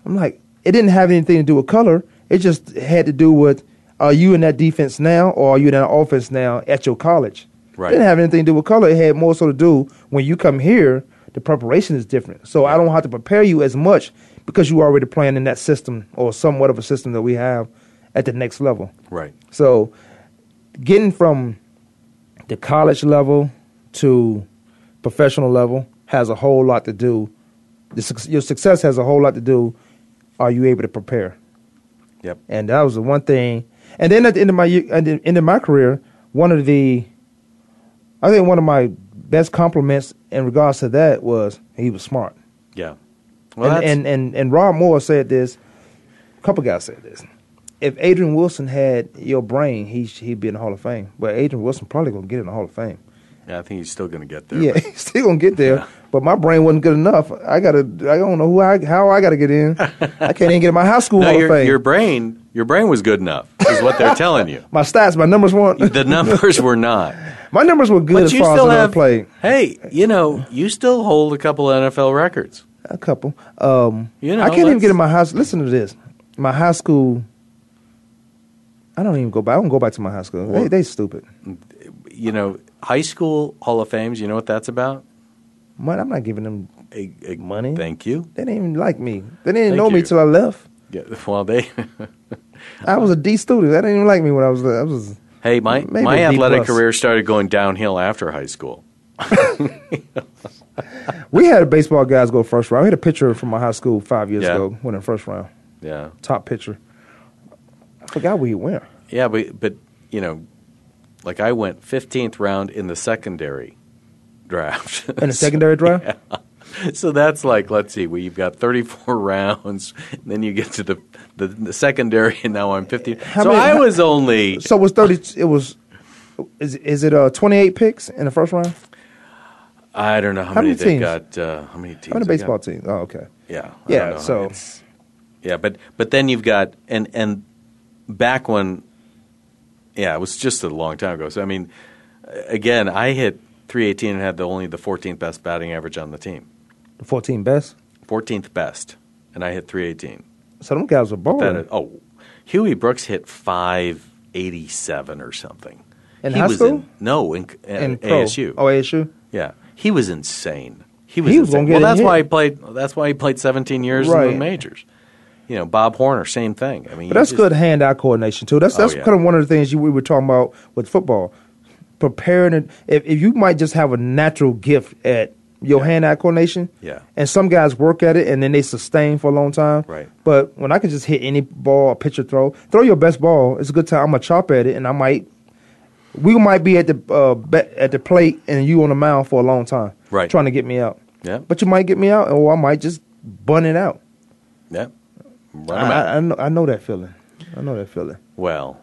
I'm like, it didn't have anything to do with color. It just had to do with are you in that defense now or are you in that offense now at your college? Right. It didn't have anything to do with color. It had more so to do when you come here, the preparation is different. So I don't have to prepare you as much because you already playing in that system or somewhat of a system that we have at the next level. Right. So getting from the college level to professional level has a whole lot to do. The, suc- your success has a whole lot to do. Are you able to prepare? Yep. And that was the one thing. And then at the end of my year, at the end of my career, one of the, I think one of my best compliments in regards to that was he was smart. Yeah. Well, and, that's- and and and Rob Moore said this. A couple guys said this. If Adrian Wilson had your brain, he sh- he'd be in the Hall of Fame. But Adrian Wilson probably gonna get in the Hall of Fame. yeah, I think he's still going to get there. Yeah, he's still gonna get there. But my brain wasn't good enough. I gotta. I don't know who I how I gotta get in. I can't even get in my high school No, Hall of your, Fame. your brain, your brain was good enough, is what they're telling you. my stats, my numbers weren't. The numbers were not. my numbers were good But as you far as still when I have. played. Hey, you know, you still hold a couple of NFL records. A couple. Um, You know, I can't even that's- get in my high. Listen to this. My high school. I don't even go back. I don't go back to my high school. they Well- they stupid. You know, high school Hall of Fames. You know what that's about? Money. I'm not giving them. A, a- Money? Thank you. They didn't even like me. They didn't Thank know me you. till I left. Yeah, well, they. I was a D student. They didn't even like me when I was. I was. hey, my Maybe my a D athletic plus. career started going downhill after high school. We had baseball guys go first round. We had a pitcher from my high school five years Yeah. ago winning first round, Yeah, top pitcher. I forgot where he went. yeah, but but you know, like I went fifteenth round in the secondary draft. In the secondary draft. So that's like, let's see, well, you've got 34 rounds, then you get to the, the, the secondary, and now I'm 50. How so many- I how- was only, So it was thirty. It was. Is is it uh twenty eight picks in the first round? I don't know how, how many, many they teams? got. Uh, how many teams? I'm on a they baseball got. team. Oh, okay. Yeah. I don't know Yeah. how So many- Yeah, but, but then you've got, and, and back when, yeah, it was just a long time ago. So, I mean, again, I hit 318 and had the only the 14th best batting average on the team, the fourteen best. 14th best, and I hit 318. So them guys were That balling. is- oh, Huey Brooks hit 587 or something. In he high was school? In, uh, no, in, in pro. ASU. Oh, ASU. Yeah. He was insane. He was, He was insane. gonna get well. a That's hit. why he played. That's why he played 17 years in Right. the majors. You know, Bob Horner, same thing. I mean, But that's you just- good hand-eye coordination too. That's Oh, that's yeah. kind of one of the things you, we were talking about with football. Preparing it, if, if you might just have a natural gift at your hand-eye coordination, Yeah. And some guys work at it and then they sustain for a long time, Right. But when I can just hit any ball, a pitcher throw, throw your best ball, it's a good time. I'm gonna chop at it, and I might, we might be at the uh, be, at the plate and you on the mound for a long time, Right. Trying to get me out, Yeah. But you might get me out, or I might just bun it out. Yeah. Run him out. I, I, know, I know that feeling. I know that feeling. Well,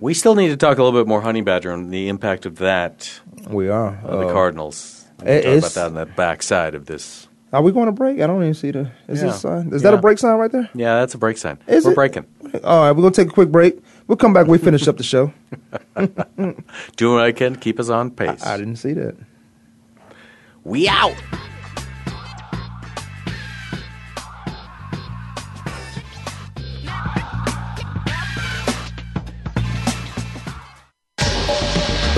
we still need to talk a little bit more honey badger and the impact of that We are. on the Uh, Cardinals. We it can talk is- about that on the backside of this. Are we going to break? I don't even see the. Is Yeah. this sign? Is that Yeah. a break sign right there? Yeah, that's a break sign. Is We're it? breaking. All right, we're gonna take a quick break. We'll come back. We finish up the show. Doing what I can to keep us on pace. I didn't see that. we out.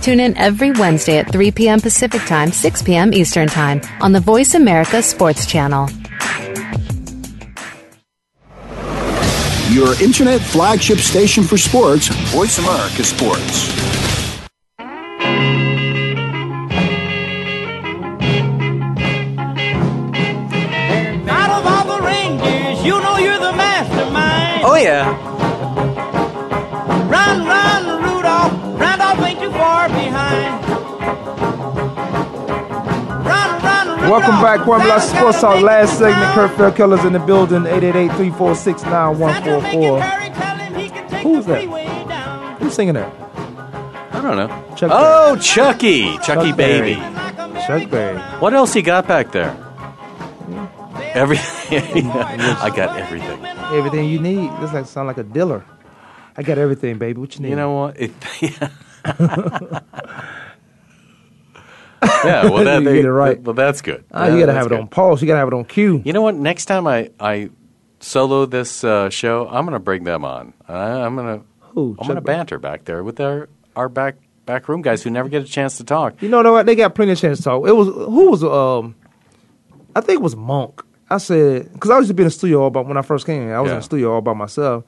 Tune in every Wednesday at 3 p.m. Pacific Time, 6 p.m. Eastern Time on the Voice America Sports Channel. Your internet flagship station for sports, Voice America Sports. Out of all the reindeers, you know you're the mastermind. Oh yeah. Run, run, Rudolph. Randolph ain't too far behind. Run, run, Rudolph. Welcome back, Kwame Lash Santa's gotta Sports Talk. make Last it segment. down. Kurt Fell Killers in the building. 888-346-9144. Santa make it hurry, tell him he can take Who's the that? freeway down. Who's singing that? I don't know. Chuck oh, Chucky. Chucky Chuck baby. Berry. Like a Chuck Berry. What else he got back there? Everything. I got everything. Everything you need. This like sound like a dealer. I got everything, baby. What you need? You know what? It, yeah. yeah. Well, that, You get it right. Well, that's good. Ah, Yeah, you gotta that's have it good. on pause. You gotta have it on cue. You know what? Next time I, I solo this uh, show, I'm going to bring them on. I, I'm going to Who, I'm Chuck going to Berry? banter back there with our our back back room guys who never get a chance to talk. You know what? They got plenty of chance to talk. It was who was um, I think it was Monk. I said because I used to be in the studio all by when I first came. I was Yeah. in the studio all by myself,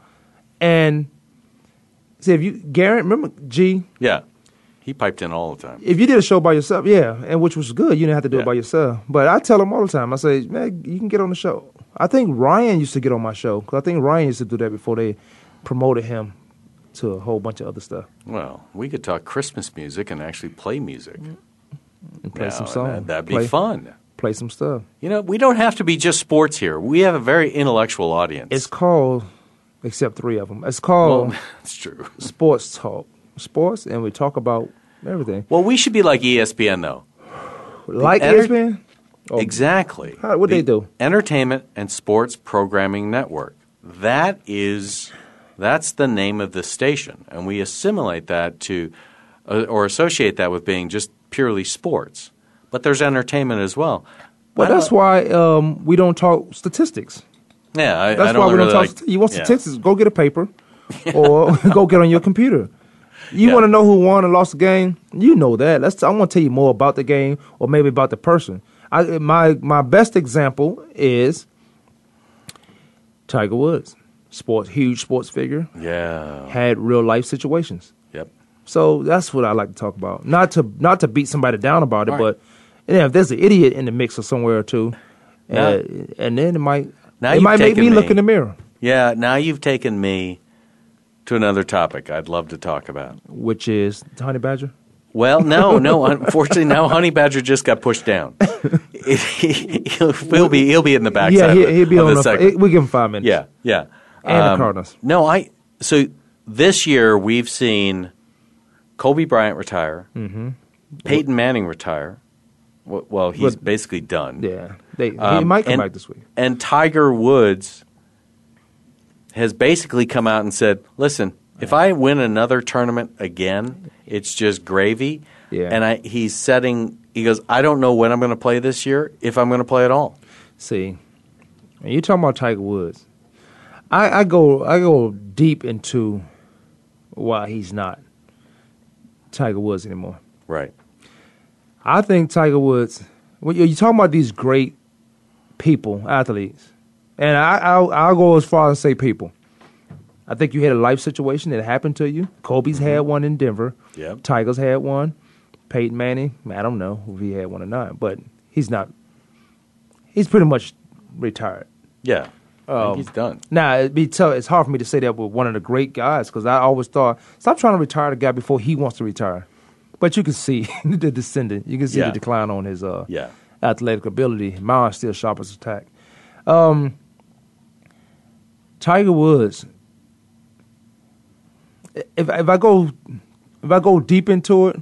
and see if you Garrett, remember G, Yeah, he piped in all the time. if you did a show by yourself, yeah, and which was good. You didn't have to do Yeah. it by yourself. But I tell them all the time. I say, man, you can get on the show. I think Ryan used to get on my show because I think Ryan used to do that before they promoted him to a whole bunch of other stuff Well, we could talk Christmas music and actually play music. Mm-hmm. and play now, some and songs. That, that'd be play, fun. Play some stuff. You know, we don't have to be just sports here. We have a very intellectual audience. It's called, except three of them. It's called. Well, it's true. sports talk, sports, and we talk about everything. Well, we should be like E ESPN though. Like enter- ESPN, Oh. Exactly. How- what'd The they do? Entertainment and Sports Programming Network. That is, that's the name of the station, and we assimilate that to, uh, or associate that with being just purely sports. But there's entertainment as well. well, I don't- that's why um, we don't talk statistics. Yeah, I, That's I don't why we really don't talk. like- stati- you want yeah. statistics? Go get a paper, or go get on your computer. You Yeah. want to know who won and lost the game? You know that. Let's. I want to tell you more about the game, or maybe about the person. I, my my best example is Tiger Woods. sports, huge sports figure, Yeah. had real life situations. Yep. So that's what I like to talk about. Not to not to beat somebody down about it, Right. but you know, if there's an idiot in the mix or somewhere or two, uh, and then it might Now it you've might make taken me, look me. in the mirror, Yeah. Now you've taken me to another topic I'd love to talk about. which is the honey badger. Well, no, no. Unfortunately, now Honey Badger just got pushed down. he'll, he'll be he'll be in the backside. yeah, of he, the- he'll be of on. the The, segment. it, we give him five minutes. Yeah, yeah. Um, And the Cardinals. No, I. So this year we've seen Kobe Bryant retire, Mm-hmm. Peyton Manning retire. Well, well he's But- basically done. yeah. They, he Um, might come and- back this week. And Tiger Woods has basically come out and said, "Listen, if I win another tournament again, it's just gravy." Yeah. And I, he's setting. He goes, "I don't know when I'm going to play this year, if I'm going to play at all." See, and you're talking about Tiger Woods. I, I go I go deep into why he's not Tiger Woods anymore. Right. I think Tiger Woods. When you're you're talking about these great people, athletes, and I, I'll, I'll go as far as say people. I think you had a life situation that happened to you. Kobe's had one in Denver. Yep. Tiger's had one. Peyton Manning. I don't know if he had one or not, but he's not. He's pretty much retired. Yeah. I Um, think he's done. Now it'd be tough. It's hard for me to say that with one of the great guys because I always thought stop trying to retire the guy before he wants to retire. But you can see the descendant. You can see Yeah. the decline on his uh, Yeah. athletic ability. Mine still sharp as a tack. Um, Tiger Woods. If if I go if I go deep into it,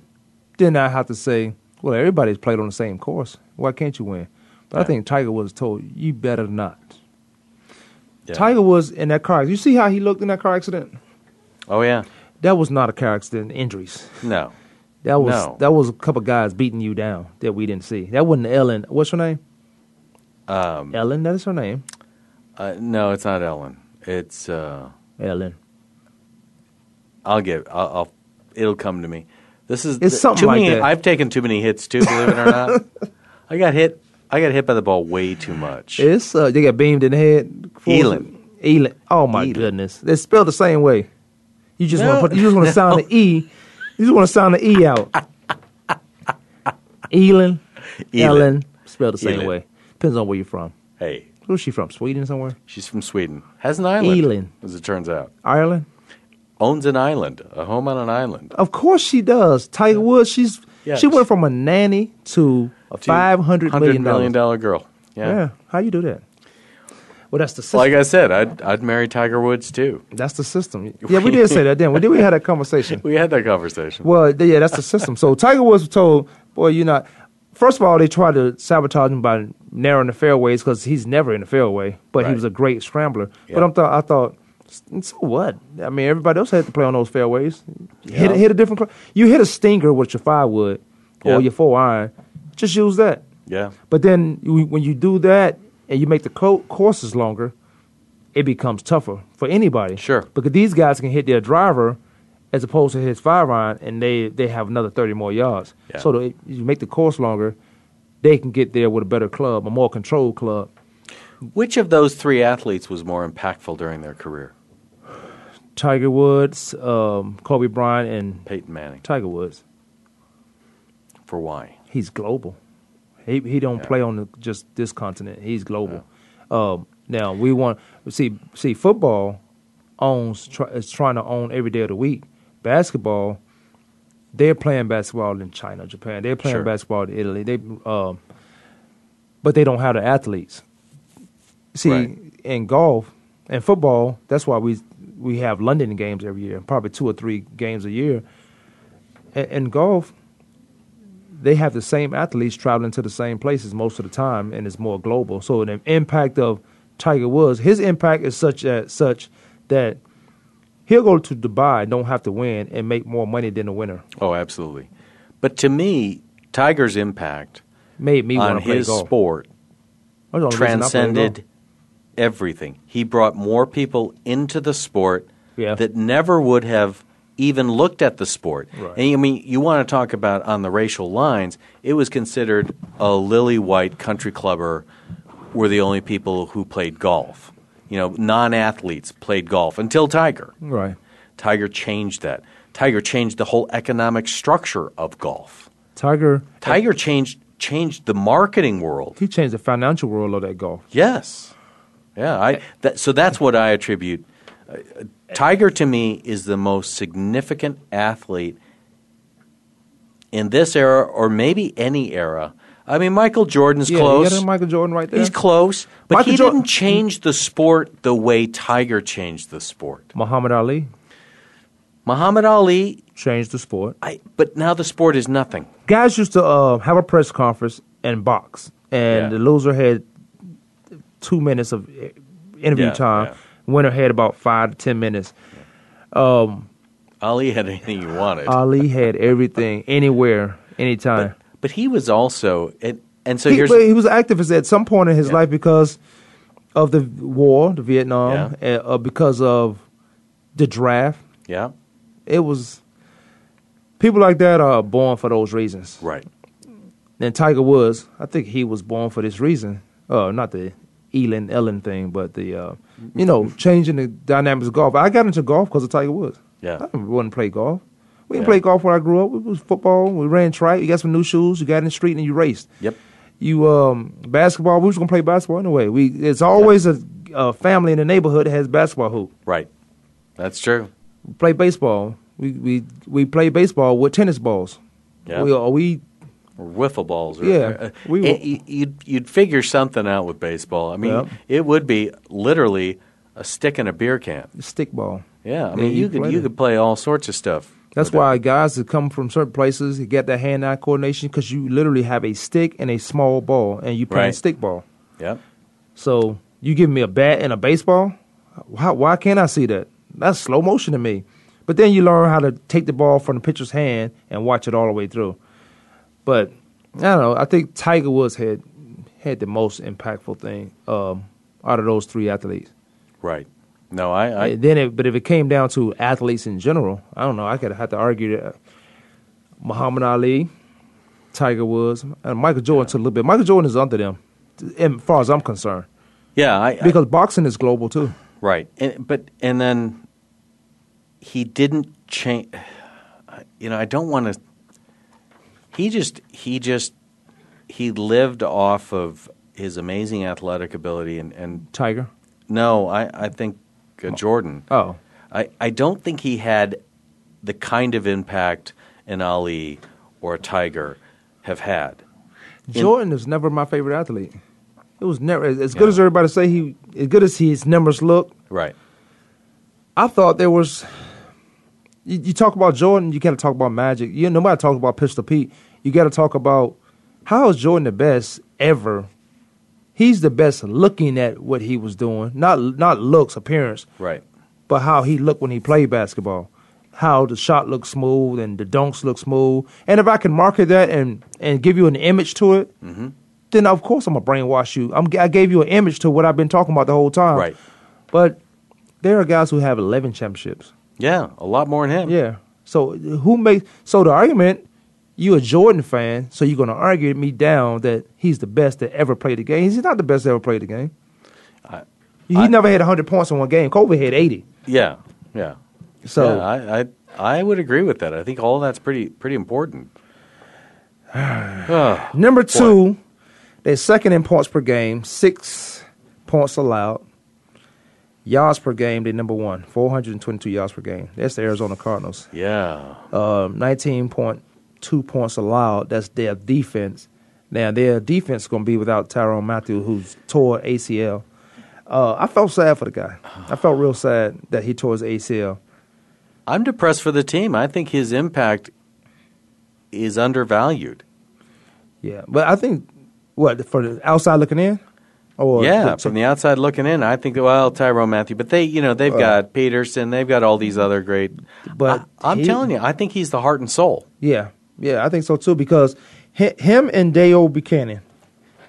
then I have to say, well, everybody's played on the same course. Why can't you win? But I Yeah. think Tiger Woods told you better not. Yeah. Tiger was in that car. You see how he looked in that car accident? Oh yeah. That was not a car accident. Injuries. No. That was No. that was a couple guys beating you down that we didn't see. That wasn't Ellen. What's her name? Um, Ellen. That is her name. Uh, no, it's not Ellen. It's uh, Ellen. I'll get. I'll, I'll. It'll come to me. This is It's something too like many- that. I've taken too many hits too. Believe it or not, I got hit. I got hit by the ball way too much. It's uh, they got beamed in the head. for- Elon. Elon. Oh my Elon. goodness. They spelled the same way. You just No. want to put. You just want to sound the e. You just want to sound the e out. Elon. Ellen. Spelled the same Elon. way. Depends on where you're from. Hey, Where's she from? Sweden somewhere? she's from Sweden. Has an island. Elon. as it turns out, Ireland? owns an island, a home on an island. Of course she does. Tiger Woods, she's Yeah, she went she- from a nanny to a five hundred Hundred million million dollars. dollar girl. Yeah. Yeah. How you do that? Well that's the system. Like I said, I'd I'd marry Tiger Woods too. that's the system. Yeah, we did say that, didn't we? Did we have that conversation? We had that conversation. Well, th- yeah, that's the system. So Tiger Woods was told, boy, you're not first of all, they tried to sabotage him by narrowing the fairways because he's never in the fairway, but he Right. was a great scrambler. But Yeah. I'm thought I thought so what? I mean, everybody else had to play on those fairways. Hit, hit a different. cl- You hit a stinger with your five wood or Yeah. your four iron. Just use that. Yeah. But then you, when you do that and you make the co- courses longer, it becomes tougher for anybody. Sure. Because these guys can hit their driver as opposed to his five iron, and they, they have another 30 more yards. Yeah. So the, you make the course longer, they can get there with a better club, a more controlled club. Which of those three athletes was more impactful during their career? Tiger Woods, um, Kobe Bryant, and Peyton Manning. Tiger Woods. For why? He's global. He he don't Yeah. play on the, just this continent. He's global. Um, now we want see see football owns try, is trying to own every day of the week. Basketball, they're playing basketball in China, Japan. They're playing Sure. basketball in Italy. They um, but they don't have the athletes. See Right. in golf and football, that's why we we have London games every year, probably two or three games a year. In, in golf, they have the same athletes traveling to the same places most of the time, and it's more global. So the impact of Tiger Woods, his impact is such that such that he'll go to Dubai, don't have to win, and make more money than the winner. Oh, absolutely. But to me, Tiger's impact Made me on want to play his golf. sport That's the only reason I play transcended golf. everything. He brought more people into the sport Yeah. that never would have even looked at the sport. Right. And I mean, you want to talk about on the racial lines, it was considered a lily white country clubber were the only people who played golf. you know, non-athletes played golf until Tiger. Right. Tiger changed that. Tiger changed the whole economic structure of golf. Tiger, Tiger changed changed the marketing world. he changed the financial world of that golf. Yes. Yeah. I, that, so that's what I attribute. uh, uh, Tiger to me is the most significant athlete in this era, or maybe any era. I mean, Michael Jordan's Yeah, you close. got Michael Jordan right there. He's close, but Michael he Jor- didn't change the sport the way Tiger changed the sport. Muhammad Ali Muhammad Ali, changed the sport. I, but now the sport is nothing. Guys used to uh, have a press conference and box, and the Yeah. loser had two minutes of i- interview Yeah, time. Winner had about five to ten minutes. Ali had anything he wanted. Ali had everything, anywhere, anytime. but he was also, and, and so he, here's but he was an activist at some point in his life because of the war, the Vietnam, Yeah. and, uh, because of the draft. yeah, It was people like that are born for those reasons. right, And Tiger Woods, I think he was born for this reason. Uh, not the Elon Ellen thing, but the uh, you know changing the dynamics of golf. I got into golf because of Tiger Woods. Yeah. I wouldn't play golf. We didn't Yeah. play golf when I grew up. It was football. We ran track. You got some new shoes. You got in the street and you raced. Yep. You um, basketball. We was gonna play basketball anyway. We it's always a, a family in the neighborhood that has basketball hoop. right. That's true. We play baseball. We we we play baseball with tennis balls. Yeah. We are we or wiffle balls. Or, Yeah, uh, we it- will- you- you'd, you'd figure something out with baseball. I mean, Yep. it would be literally a stick in a beer can. stick ball. Yeah, I mean, you you could played you it. could play all sorts of stuff. That's with it. why guys that come from certain places you get that hand-eye coordination because you literally have a stick and a small ball, and you playing Right. stick ball. Yep. So you give me a bat and a baseball. Why, why can't I see that? That's slow motion to me. But then you learn how to take the ball from the pitcher's hand and watch it all the way through. But I don't know. I think Tiger Woods had had the most impactful thing um, out of those three athletes. Right. No, I, I And then, it, but if it came down to athletes in general, I don't know. I could have to argue that uh, Muhammad Ali, Tiger Woods, and Michael Jordan to a little bit. Michael Jordan is under them, as far as I'm concerned, yeah, I, I- because boxing is global too. right. And, but and then he didn't change. You know, I don't want to. He just he just he lived off of his amazing athletic ability and, and Tiger. No, I, I think uh, Jordan. Oh. I, I don't think he had the kind of impact an Ali or a Tiger have had. Jordan is never my favorite athlete. It was never as as good as everybody say he as good as his numbers look. Right. I thought there was. You, you talk about Jordan, you got to talk about Magic. You nobody talks about Pistol Pete. You got to talk about how is Jordan the best ever? He's the best looking at what he was doing, not not looks, appearance, Right. but how he looked when he played basketball. How the shot looked smooth and the dunks looked smooth. And if I can market that and, and give you an image to it, then of course I'm gonna brainwash you. I'm, I gave you an image to what I've been talking about the whole time. Right. But there are guys who have 11 championships. Yeah, a lot more than him. Yeah. So who makes? So the argument, you a Jordan fan, so you're gonna argue me down that he's the best that ever played the game. He's not the best that ever played the game. he I- never had 100 points in one game. Kobe had 80. Yeah. Yeah. So Yeah, I, I I would agree with that. I think all that's pretty pretty important. Ah, number two, they're second in points per game, six points allowed. Yards per game, they're number one, 422 yards per game. That's the Arizona Cardinals. yeah. um, 19.2 points allowed. That's their defense. Now their defense is going to be without Tyrone Matthew, who's tore ACL. Uh, I felt sad for the guy. I felt real sad that he tore his ACL. I'm depressed for the team. I think his impact is undervalued. Yeah, but I think what for the outside looking in, or yeah, from the outside looking in, I think well, Tyrone Matthew, but they, you know, they've got Peterson, they've got all these other great. But I, am he- telling you, I think he's the heart and soul. yeah, yeah, I think so too because hi- him and Dale Buchanan,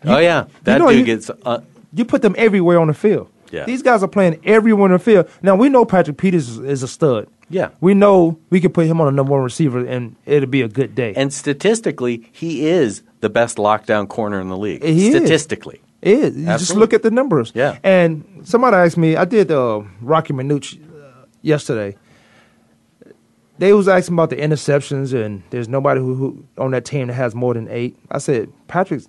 oh yeah, that know dude you- gets. Uh, you put them everywhere on the field. Yeah. These guys are playing everywhere on the field. Now we know Patrick Peters is, is a stud. Yeah. we know we can put him on a number one receiver and it'll be a good day. and statistically, he is the best lockdown corner in the league. He is. statistically, It is. You just Absolutely. look at the numbers. Yeah. And somebody asked me, I did uh, Rocky Minucci uh, yesterday. They was asking about the interceptions, and there's nobody who, who on that team that has more than eight. I said, Patrick's.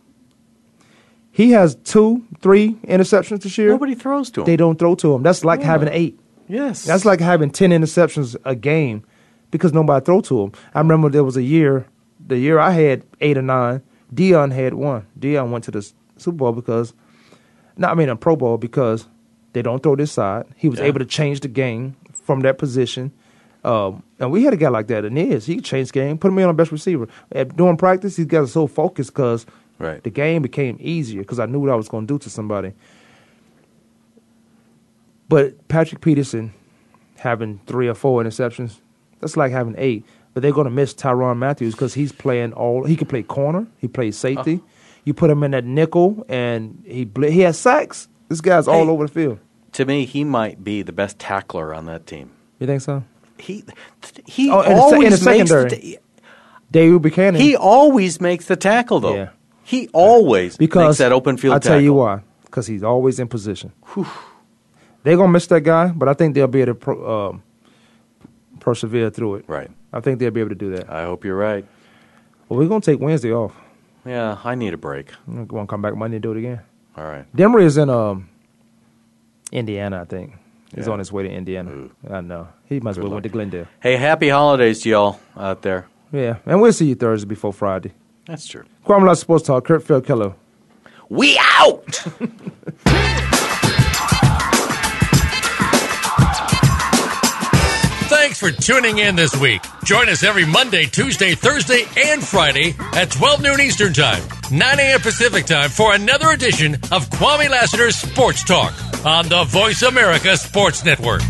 He has two, three interceptions this year. Nobody throws to him. They don't throw to him. That's like having eight. Yes. That's like having ten interceptions a game because nobody throw to him. I remember there was a year, the year I had eight or nine. Dion had one. Dion went to the S- Super Bowl because, not I mean a Pro Bowl because they don't throw this side. He was Yeah. able to change the game from that position. Um, and we had a guy like that, Aeneas. He changed game, put him in on best receiver. At, during practice, these guys are so focused because Right. the game became easier because I knew what I was going to do to somebody. But Patrick Peterson having three or four interceptions, that's like having eight. But they're going to miss Tyron Matthews because he's playing all. He can play corner. He plays safety. Uh-huh. You put him in that nickel, and he bl- he has sacks. This guy's all Hey. over the field. to me, he might be the best tackler on that team. You think so? He he Oh, in the se- in always the makes the secondary. David Buchanan. he always makes the tackle though. Yeah. He always because makes that open field. I'll tell you tackle. why. Because he's always in position. They're gonna miss that guy, but I think they'll be able to pro, um, persevere through it. Right. I think they'll be able to do that. I hope you're right. Well, we're gonna take Wednesday off. Yeah, I need a break. We're gonna come back Monday and do it again. All right. Denver is in um, Indiana, I think. He's Yeah. on his way to Indiana. I know. He must well went to Glendale. Hey, happy holidays to y'all out there. Yeah, and we'll see you Thursday before Friday. That's true. Kwame Lott Sports Talk, Kurt Phil Keller. We out. Thanks for tuning in this week. Join us every Monday, Tuesday, Thursday, and Friday at 12 noon Eastern Time, 9 a.m. Pacific Time for another edition of Kwame Lassiter's Sports Talk on the Voice America Sports Network.